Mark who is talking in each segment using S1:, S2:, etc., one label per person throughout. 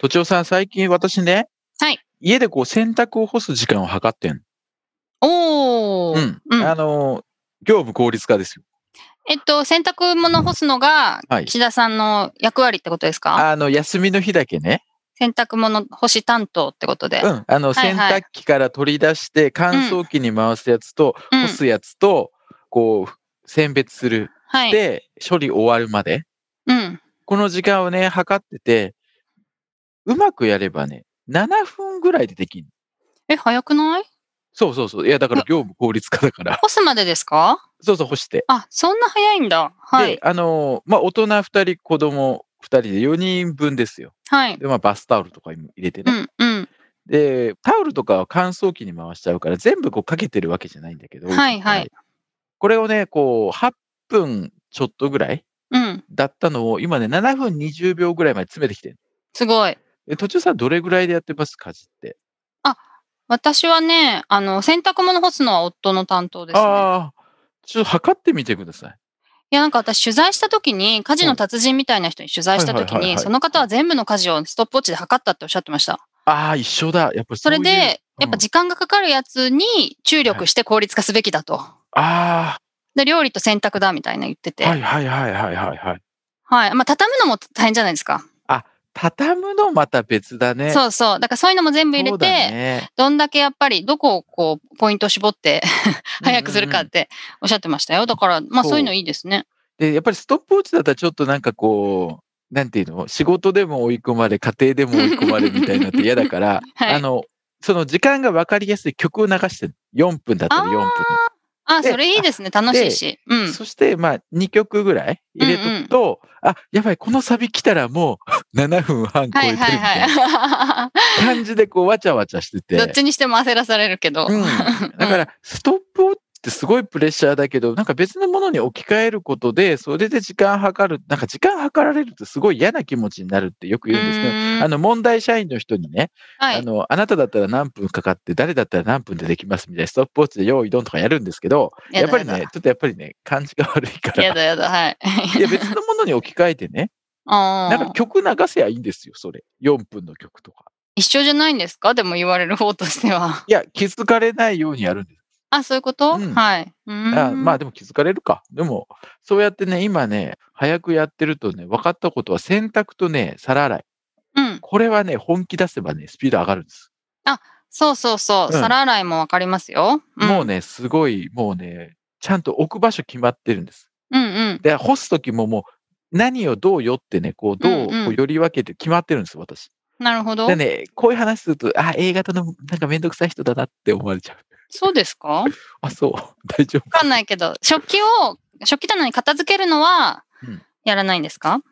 S1: とちおさん、最近私ね、
S2: はい
S1: 家でこう洗濯を干す時間を測ってん。
S2: おお、
S1: うん。
S2: うん
S1: あのー、業務効率化ですよ。
S2: えっと洗濯物干すのが
S1: はい
S2: 岸田さんの役割ってことですか、
S1: あの、休みの日だけね、
S2: 洗濯物干し担当ってことで、
S1: うん。あの、
S2: はい
S1: 洗
S2: はい
S1: 濯機から取り出して、乾燥機に回すやつと、
S2: うん
S1: 干すやつと、こう、選別する。
S2: はい、
S1: で、処理終わるまで。
S2: うん、
S1: この時間をね、測ってて、うまくやればね、7分ぐらいでできる。
S2: え早くない
S1: そうそうそう。いや、だから業務効率化だから。
S2: 干すまでですか
S1: そうそう、干して。
S2: あそんな早いんだはい
S1: で、あのーまあ、大人2人、子供2人で4人分ですよ。
S2: はい
S1: で、まあ、バスタオルとかも入れて
S2: う
S1: ね。
S2: んうん
S1: で、タオルとかは乾燥機に回しちゃうから、全部こうかけてるわけじゃないんだけど、
S2: はいはい
S1: これをね、こう、8分ちょっとぐらい
S2: うん
S1: だったのを、今ね、7分20秒ぐらいまで詰めてきてる。
S2: すごい
S1: で途中さん、どれぐらいでやってます家事って。
S2: 私はねあの洗濯物干すのは夫の担当ですね
S1: ああ、ちょっと測ってみてください。
S2: いやなんか私取材した時に家事の達人みたいな人に取材した時
S1: はいはいはい
S2: に
S1: はい
S2: その方は全部の家事をストップウォッチで測ったっておっしゃってました
S1: ああ、一緒だ。やっぱり
S2: そう
S1: い
S2: れ
S1: う
S2: でやっ
S1: う
S2: ぱ
S1: ん
S2: 時間がかかるやつに注力して効率化すべきだと
S1: あ
S2: で料理と洗濯だみたいな言ってて
S1: あ、は
S2: はい
S1: いはいはいはいはいはい。
S2: まあ畳むのも大変じゃないですか
S1: 畳むのまた別だね。
S2: そうそうだからそういうのも全部入
S1: そ
S2: れ
S1: うだ
S2: て
S1: ね
S2: どんだけやっぱりどこをこうポイントを絞って早くするか
S1: うん
S2: っ
S1: うん
S2: ておっしゃってましたよ。だからまあ
S1: そう
S2: そういうのいいですね。
S1: うんでやっぱりストップウォッチだったらちょっとなんかこうなんていうの仕事でも追い込まれ家庭でも追い込まれみたいなって嫌だから、
S2: はい
S1: あのその時間が分かりやすい曲を流してる4分だったら4分の
S2: あ
S1: で
S2: それいいですね楽しいし。うん。
S1: そしてまあ2曲ぐらい入れとくと、あやばいこのサビ来たらもう 7分半超
S2: は
S1: えてる
S2: い
S1: みた
S2: はい
S1: いな
S2: は
S1: 感じでこうわちゃわちゃして
S2: い。
S1: て、
S2: どっちにしても焦らされるけど。
S1: うん、だからストップウォッチってすごいプレッシャーだけどなんか別のものに置き換えることでそれで時間測るなんか時間測られるとすごい嫌な気持ちになるってよく言うんですけど。
S2: うーん
S1: あの問題社員の人にね、
S2: は
S1: あ
S2: い
S1: の、あなただったら何分かかって、誰だったら何分でできますみたいな、ストップウォッチで用意どんとかやるんですけど、やっぱりね、ちょっとやっぱりね、感じが悪いか
S2: や
S1: ら、
S2: だやだはい。
S1: いや別のものに置き換えてね、
S2: あ
S1: なん
S2: ー
S1: か曲流せばいいんですよ、それ。4分の曲とか。
S2: 一緒じゃないんですかでも言われる方としては。
S1: いや、気づかれないようにやるんです
S2: あそういうこと、
S1: うん
S2: はい。うー
S1: あ
S2: ん
S1: まあでも気づかれるか。でも、そうやってね、今ね、早くやってるとね、分かったことは洗濯とね、皿洗い。
S2: うん
S1: これはね、本気出せばね、スピード上がるんです。
S2: そうそうそう、
S1: うん
S2: 皿洗いもわかりますよ。ん
S1: もうね、すごい、もうね、ちゃんと置く場所決まってるんです。
S2: うんうん。
S1: で、干すときももう、何をどうよってね、こう、どう
S2: うんうん
S1: こうより分けて決まってるんです、私。
S2: なるほど
S1: で。ね、こういう話すると、あ、A 型のなんかめんどくさい人だなって思われちゃう。
S2: そうですか
S1: あ、そう、 大丈夫。
S2: わかんないけど、食器を、食器棚に片付けるのは
S1: うん、
S2: やらないんですか、
S1: い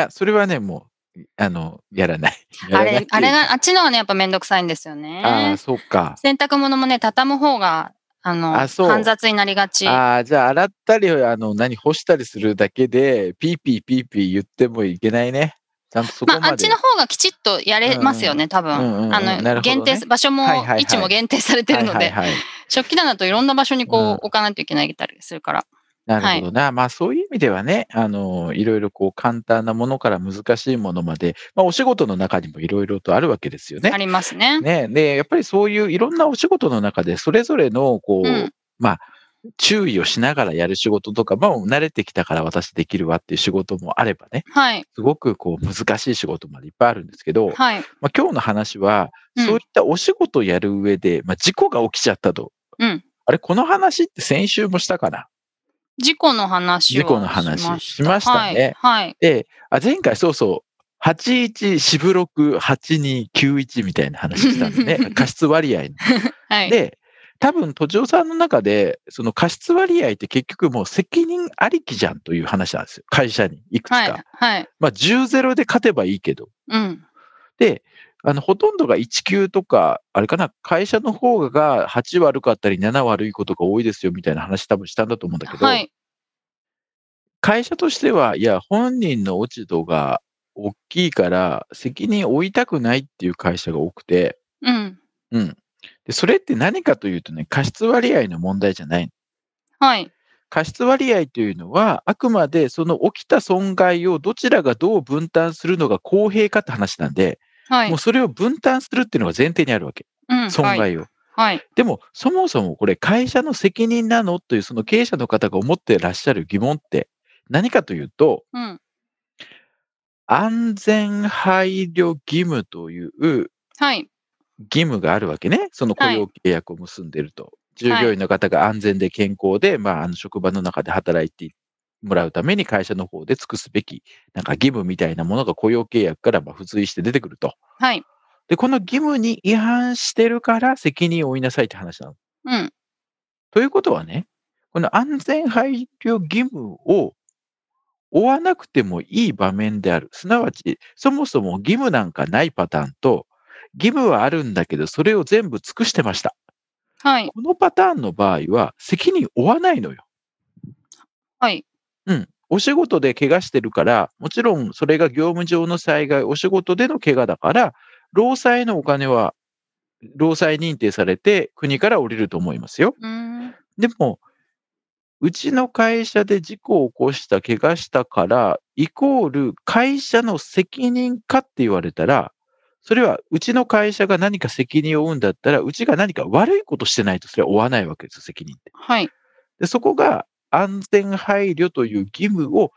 S1: や、それはね、もう、あの、やらない。や
S2: あ
S1: らないってい
S2: れ
S1: う、
S2: あれが、あっちのはね、やっぱめんどくさいんですよ
S1: あ
S2: ね
S1: あ、。そうか。
S2: 洗濯物もね、畳む方が、あの、
S1: あそう
S2: 煩雑になりがち。
S1: ああ、じゃあ、洗ったり、あの、何、干したりするだけで、ピーピーピーピー言ってもいけないね。ちゃんとそこ
S2: ま
S1: ま
S2: あ、あっ
S1: で。
S2: ちの方がきちっとやれますよね、多分。
S1: うんうんうんな
S2: あ
S1: る
S2: の、
S1: ほどね
S2: 限定、場所も、
S1: はいはいはい
S2: 位置も限定されてるので、
S1: はいはいはい、
S2: 食器棚といろんな場所にこう、
S1: うん
S2: 置かないといけないたりするから。
S1: なるほどな。まあ、そういう意味ではね、あの、いろいろこう、簡単なものから難しいものまで、まあ、お仕事の中にもいろいろとあるわけですよね
S2: あ。りますね。
S1: ね、で、やっぱりそういういろんなお仕事の中で、それぞれの、こう、
S2: うん
S1: まあ、注意をしながらやる仕事とか、まあ、慣れてきたから私できるわっていう仕事もあればね、
S2: はい。
S1: すごくこう、難しい仕事までいっぱいあるんですけど、
S2: はい。
S1: まあ、今日の話は、
S2: うん
S1: そういったお仕事をやる上で、まあ、事故が起きちゃったと。
S2: うん
S1: あれ、この話って先週もしたかな
S2: 事故の話を
S1: 事故の話しましたね
S2: はい。はい。
S1: で、あ前回そうそう、81、四分6、8291みたいな話したんで ね、過失割合の。
S2: はい、
S1: で、多分、都庁さんの中で、その過失割合って結局もう責任ありきじゃんという話なんですよ。会社にいくつか。
S2: はい。はい。
S1: まあ、10-0で勝てばいいけど。
S2: うん。
S1: で、あの、ほとんどが1級とか、あれかな、会社の方が8悪かったり7悪いことが多いですよみたいな話多分したんだと思うんだけど、
S2: はい。
S1: 会社としては、いや、本人の落ち度が大きいから、責任を負いたくないっていう会社が多くて、
S2: うん。
S1: うん。で、それって何かというとね、過失割合の問題じゃない。
S2: はい。
S1: 過失割合というのは、あくまでその起きた損害をどちらがどう分担するのが公平かって話なんで、
S2: はい
S1: もう。それを分担するっていうのが前提にあるわけ。
S2: うん
S1: 損
S2: はい。
S1: 害を。
S2: はい。
S1: でも、そもそもこれ会社の責任なのという、その経営者の方が思ってらっしゃる疑問って何かというと、
S2: うん。
S1: 安全配慮義務という
S2: はい。
S1: 義務があるわけね。その雇
S2: はい
S1: 用契約を結んでいると。従
S2: はい
S1: 業員の方が安全で健康で、まあ、あの職場の中で働いてもらうために会社の方で尽くすべき、なんか義務みたいなものが雇用契約からまあ付随して出てくると。
S2: はい。
S1: で、この義務に違反してるから責任を負いなさいって話なの。
S2: うん。
S1: ということはね、この安全配慮義務を負わなくてもいい場面である。すなわち、そもそも義務なんかないパターンと、義務はあるんだけど、それを全部尽くしてました。
S2: はい。
S1: このパターンの場合は、責任負わないのよ。
S2: はい。
S1: うん。お仕事で怪我してるから、もちろんそれが業務上の災害、お仕事での怪我だから、労災のお金は、労災認定されて国から降りると思いますよ。
S2: うーん。
S1: でも、うちの会社で事故を起こした、怪我したから、イコール会社の責任かって言われたら、それはうちの会社が何か責任を負うんだったら、うちが何か悪いことしてないとそれは負わないわけですよ、責任って。
S2: はい。
S1: でそこが安全配慮という義務を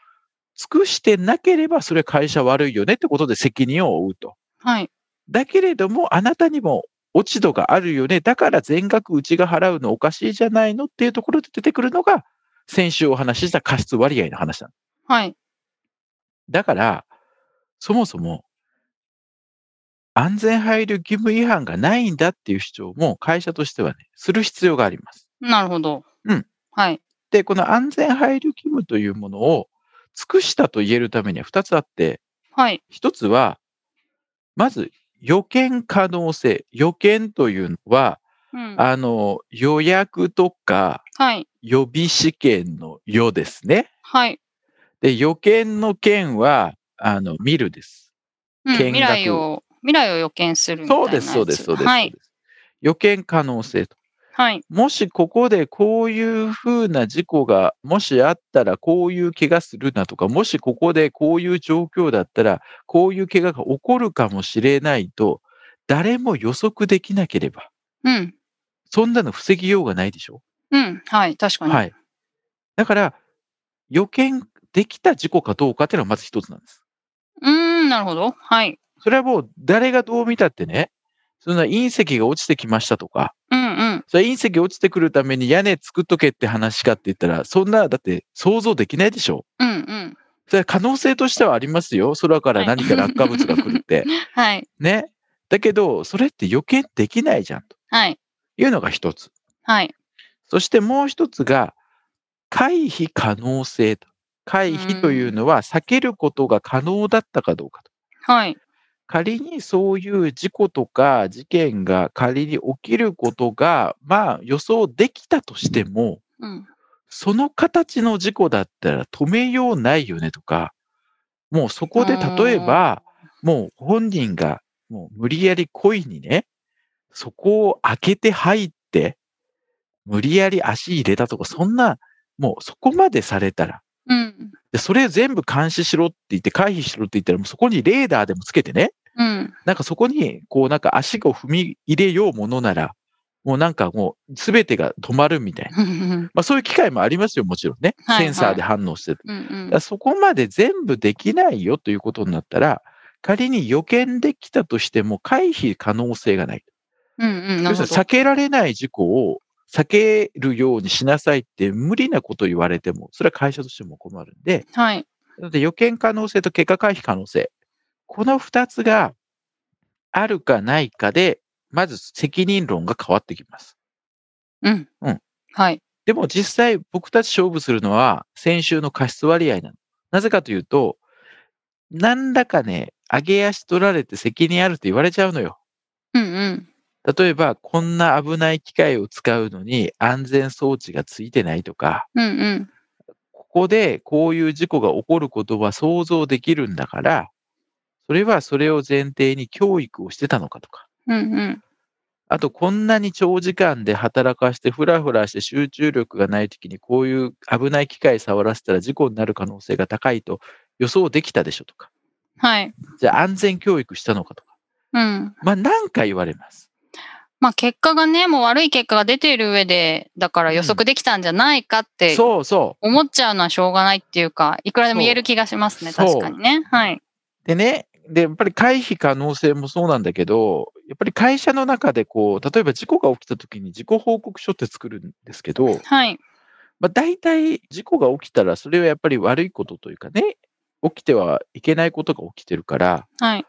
S1: 尽くしてなければ、それは会社悪いよねってことで責任を負うと。
S2: はい。
S1: だけれども、あなたにも落ち度があるよね。だから全額うちが払うのおかしいじゃないのっていうところで出てくるのが、先週お話しした過失割合の話なの。
S2: はい。
S1: だから、そもそも、安全配慮義務違反がないんだっていう主張も会社としてはね、する必要があります。
S2: なるほど。
S1: うん。
S2: はい。
S1: で、この安全配慮義務というものを尽くしたと言えるためには2つあって、
S2: はい。
S1: 一つは、まず予見可能性。予見というのは、
S2: うん。
S1: あの、予約とか
S2: はい。
S1: 予備試験の予ですね。
S2: はい。
S1: で、予見の見は、あの、見るです。
S2: う
S1: 見
S2: ん、
S1: 学
S2: 未来を、未来を予見するみたいな
S1: そう
S2: や
S1: で
S2: つ。
S1: す、そうです、そうです。
S2: は
S1: そう
S2: い
S1: で。す予見可能性と。
S2: はい。
S1: もしここでこういうふうな事故が、もしあったらこういう怪我するなとか、もしここでこういう状況だったら、こういう怪我が起こるかもしれないと、誰も予測できなければ、
S2: うん。
S1: そんなの防ぎようがないでしょ
S2: うん。はい。確かに。
S1: はい。だから、予見できた事故かどうかっていうのはまず一つなんです。
S2: うーん。なるほど。はい。
S1: それはもう誰がどう見たってね、そんな隕石が落ちてきましたとか、
S2: うんうん。
S1: それ隕石落ちてくるために屋根作っとけって話かって言ったら、そんな、だって想像できないでしょ。
S2: うんうん。
S1: それは可能性としてはありますよ。空から何か落下物が来るって。
S2: はい。
S1: ね。だけど、それって予見できないじゃんと
S2: はい。
S1: いうのが一つ。
S2: はい。
S1: そしてもう一つが、回避可能性と。回避というのは避けることが可能だったかどうかと。
S2: はい。
S1: 仮にそういう事故とか事件が仮に起きることが、まあ予想できたとしても、
S2: うん。
S1: その形の事故だったら止めようないよねとか、もうそこで例えば、もう本人がもう無理やり故意にね、そこを開けて入って、無理やり足入れたとか、そんな、もうそこまでされたら、
S2: うん。
S1: でそれ全部監視しろって言って、回避しろって言ったら、もうそこにレーダーでもつけてね、
S2: うん。
S1: なんかそこに、こうなんか足を踏み入れようものなら、もうなんかもう全てが止まるみたいな。
S2: うん
S1: まあそういう機会もありますよ、もちろんね。
S2: はい
S1: センサーで反応してる。
S2: うんうん
S1: だからそこまで全部できないよということになったら、仮に予見できたとしても回避可能性がない。
S2: うんうん。な
S1: 要
S2: る
S1: す
S2: ほ
S1: るに
S2: ど
S1: 避。けられない事故を避けるようにしなさいって無理なこと言われても、それは会社としても困るんで、
S2: はい。
S1: なので予見可能性と結果回避可能性。この二つがあるかないかで、まず責任論が変わってきます。
S2: うん。
S1: うん。
S2: はい。
S1: でも実際僕たち勝負するのは先週の過失割合なの。なぜかというと、何らかね、上げ足取られて責任あるって言われちゃうのよ。
S2: うんうん。
S1: 例えば、こんな危ない機械を使うのに安全装置がついてないとか、
S2: うんうん。
S1: ここでこういう事故が起こることは想像できるんだから、それはそれを前提に教育をしてたのかとか、
S2: うんうん。
S1: あとこんなに長時間で働かしてフラフラして集中力がないときにこういう危ない機械触らせたら事故になる可能性が高いと予想できたでしょとか、
S2: はい。
S1: じゃあ安全教育したのかとか、
S2: うん。
S1: まあ何回言われます。
S2: まあ結果がね、もう悪い結果が出ている上で、だから予測できたんじゃないかって
S1: そうそう。
S2: 思っちゃうのはしょうがないっていうか、いくらでも言える気がしますね。
S1: そう
S2: 確かにね。はい。
S1: でね、で、やっぱり回避可能性もそうなんだけど、やっぱり会社の中でこう、例えば事故が起きた時に自己報告書って作るんですけど、
S2: はい。
S1: まあ大体事故が起きたらそれはやっぱり悪いことというかね、起きてはいけないことが起きてるから、
S2: はい。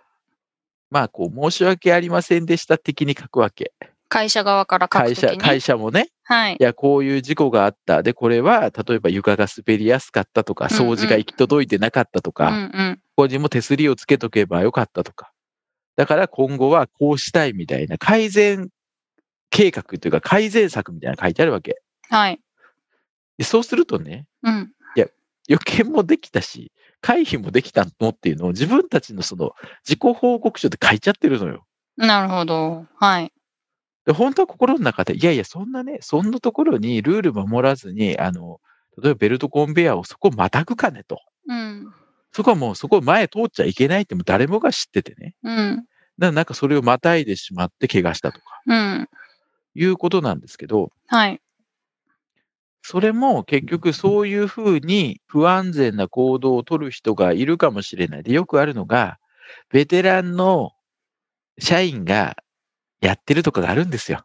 S1: まあこう、申し訳ありませんでした的に書くわけ。
S2: 会社側から書く
S1: 会
S2: とき
S1: 社、
S2: に。
S1: 会社もね、
S2: はい
S1: い。や、こういう事故があった。で、これは、例えば床が滑りやすかったとか、
S2: うんうん
S1: 掃除が行き届いてなかったと
S2: う
S1: か、
S2: んうん。
S1: ここにも手すりをつけとけばよかったとか。だから今後はこうしたいみたいな改善計画というか改善策みたいなの書いてあるわけ。
S2: はい。
S1: でそうするとね、
S2: うん。
S1: 予見もできたし、回避もできたのっていうのを自分たちのその自己報告書で書いちゃってるのよ。
S2: なるほど。はい。
S1: で本当は心の中で、いやいや、そんなね、そんなところにルール守らずに、あの、例えばベルトコンベヤーをそこまたぐかねと。
S2: うん。
S1: そこはもうそこ前通っちゃいけないってもう誰もが知っててね。
S2: うん。
S1: ななんかそれをまたいでしまって怪我したとか。
S2: うん。
S1: いうことなんですけど、
S2: はい。
S1: それも結局そういうふうに不安全な行動を取る人がいるかもしれない。で、よくあるのが、ベテランの社員がやってるとかがあるんですよ。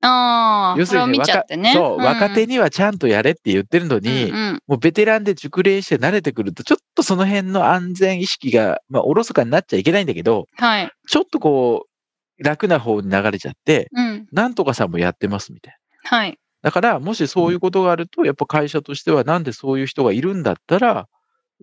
S2: ああ、それを見ちゃってね。
S1: そう、
S2: ん
S1: 若手にはちゃんとやれって言ってるのに、
S2: うんうん
S1: もうベテランで熟練して慣れてくると、ちょっとその辺の安全意識が、まあ、おろそかになっちゃいけないんだけど、
S2: はい。
S1: ちょっとこう、楽な方に流れちゃって、
S2: うん。
S1: なんとかさんもやってますみたいな。
S2: はい。
S1: だから、もしそういうことがあると、やっぱ会社としては、なんでそういう人がいるんだったら、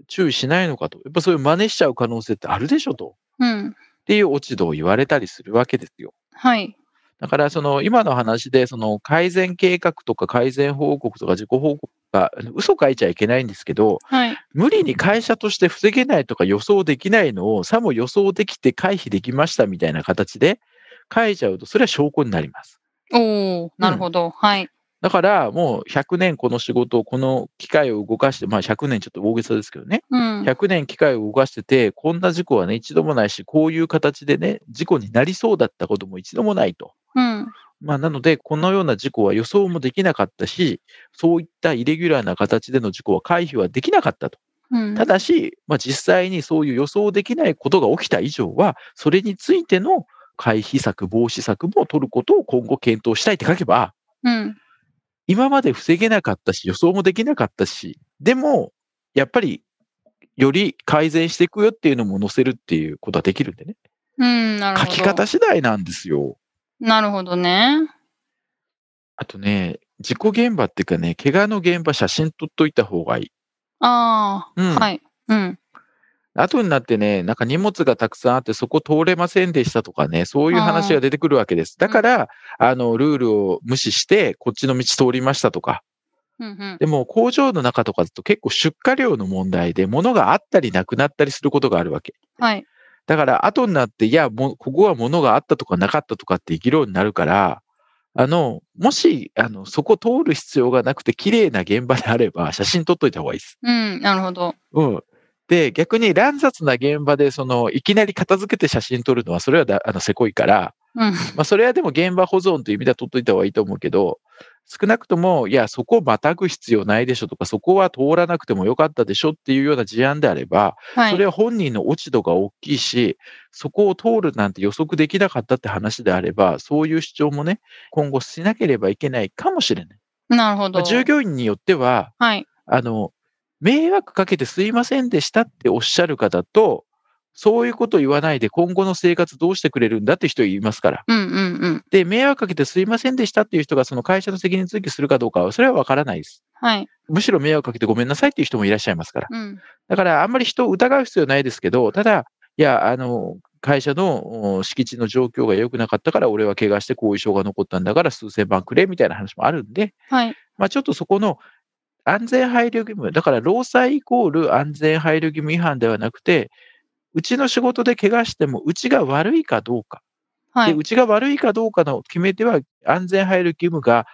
S1: 注意しないのかと。やっぱそういう真似しちゃう可能性ってあるでしょと。
S2: うん。
S1: っていう落ち度を言われたりするわけですよ。
S2: はい。
S1: だから、その、今の話で、その、改善計画とか改善報告とか自己報告が、あの嘘書いちゃいけないんですけど、
S2: はい。
S1: 無理に会社として防げないとか予想できないのを、さも予想できて回避できましたみたいな形で書いちゃうと、それは証拠になります。
S2: おお、なるほど。はい。
S1: だから、もう100年この仕事を、この機械を動かして、まあ100年ちょっと大げさですけどね、
S2: うん。
S1: 100年機械を動かしてて、こんな事故はね、一度もないし、こういう形でね、事故になりそうだったことも一度もないと。
S2: うん。
S1: まあ、なので、このような事故は予想もできなかったし、そういったイレギュラーな形での事故は回避はできなかったと。
S2: うん
S1: ただし、まあ、実際にそういう予想できないことが起きた以上は、それについての回避策、防止策も取ることを今後検討したいって書けば、
S2: うん。
S1: 今まで防げなかったし、予想もできなかったし、でも、やっぱり、より改善していくよっていうのも載せるっていうことはできるんでね。
S2: うん。なるほ
S1: 書
S2: ど。
S1: き方次第なんですよ。
S2: なるほどね。
S1: あとね、事故現場っていうかね、怪我の現場写真撮っといた方がいい。
S2: あ
S1: うん。
S2: あ、はい。うん。
S1: 後になってね、なんか荷物がたくさんあってそこ通れませんでしたとかね、そういう話が出てくるわけです。だから、あの、ルールを無視して、こっちの道通りましたとか。
S2: うんうん。
S1: でも工場の中とかだと結構出荷量の問題で物があったりなくなったりすることがあるわけ。
S2: はい。
S1: だから後になって、いや、もうここは物があったとかなかったとかって議論になるから、あの、もし、あの、そこ通る必要がなくて綺麗な現場であれば写真撮っといた方がいいです。
S2: うん。なるほど。
S1: うん。で、逆に乱雑な現場で、その、いきなり片付けて写真撮るのは、それはだ、あの、せこいから、
S2: うん。
S1: まあ、それはでも現場保存という意味では取っといた方がいいと思うけど、少なくとも、いや、そこまたぐ必要ないでしょとか、そこは通らなくてもよかったでしょっていうような事案であれば、
S2: は
S1: それ
S2: い。
S1: は本人の落ち度が大きいし、そこを通るなんて予測できなかったって話であれば、そういう主張もね、今後しなければいけないかもしれない。
S2: なるほ
S1: まあ
S2: ど。
S1: 従業員によっては、
S2: はい。
S1: あの、迷惑かけてすいませんでしたっておっしゃる方と、そういうこと言わないで今後の生活どうしてくれるんだって人いますから。
S2: うんうんうん。
S1: で、迷惑かけてすいませんでしたっていう人がその会社の責任追及するかどうかは、それはわからないです。
S2: はい。
S1: むしろ迷惑かけてごめんなさいっていう人もいらっしゃいますから。
S2: うん。
S1: だからあんまり人を疑う必要ないですけど、ただ、いや、あの、会社のお敷地の状況が良くなかったから、俺は怪我して後遺症が残ったんだから、数千万くれみたいな話もあるんで、
S2: はい。
S1: まあ、ちょっとそこの安全配慮義務、だから労災イコール安全配慮義務違反ではなくて、うちの仕事で怪我しても、うちが悪いかどうか、
S2: は
S1: で
S2: い。
S1: うちが悪いかどうかの決め手は、安全配慮義務が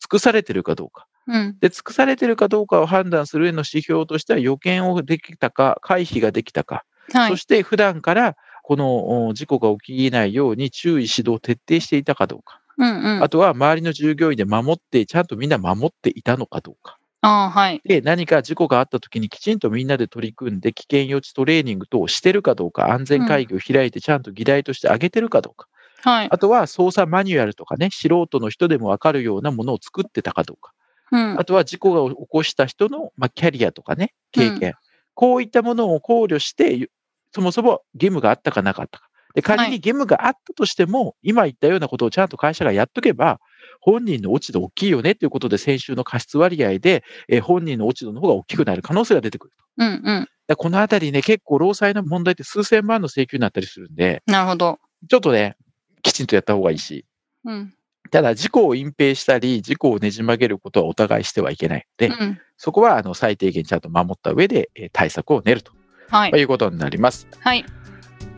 S1: 尽くされてるかどうか。
S2: うん。
S1: で、尽くされてるかどうかを判断する上の指標としては、予見をできたか、回避ができたか、
S2: は
S1: そ
S2: い。
S1: して普段からこのお事故が起きないように注意指導を徹底していたかどうか、
S2: うんうん。
S1: あとは周りの従業員で守って、ちゃんとみんな守っていたのかどうか。
S2: ああ、はい。
S1: で、何か事故があった時にきちんとみんなで取り組んで、危険予知トレーニング等をしてるかどうか、安全会議を開いてちゃんと議題として挙げてるかどうか、
S2: はい。
S1: あとは操作マニュアルとかね、素人の人でもわかるようなものを作ってたかどうか、
S2: うん
S1: あ。とは事故が起こした人の、まあ、キャリアとかね、経験、
S2: う
S1: こういったものを考慮して、ゆそもそも義務があったかなかったか。で仮
S2: はい
S1: に義務があったとしても、今言ったようなことをちゃんと会社がやっとけば、本人の落ち度大きいよねということで、先週の過失割合で、えー本人の落ち度の方が大きくなる可能性が出てくると。
S2: うんうん。
S1: だからこのあたりね、結構、労災の問題って数千万の請求になったりするんで、
S2: なるほど。
S1: ちょっとね、きちんとやった方がいいし、
S2: うん。
S1: ただ、事故を隠蔽したり、事故をねじ曲げることはお互いしてはいけないので、
S2: うん。
S1: そこはあの最低限ちゃんと守った上でえー対策を練ると
S2: はい
S1: と。いうことになります。
S2: はい。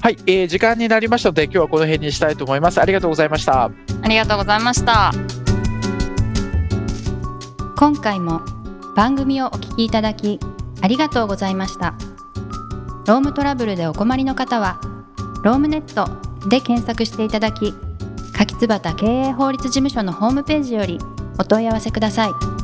S1: はい、えー時間になりましたので今日はこの辺にしたいと思います。ありがとうございました。
S2: ありがとうございました。
S3: 今回も番組をお聞きいただきありがとうございましたロームトラブルでお困りの方はロームネットで検索していただき柿椿経営法律事務所のホームページよりお問い合わせください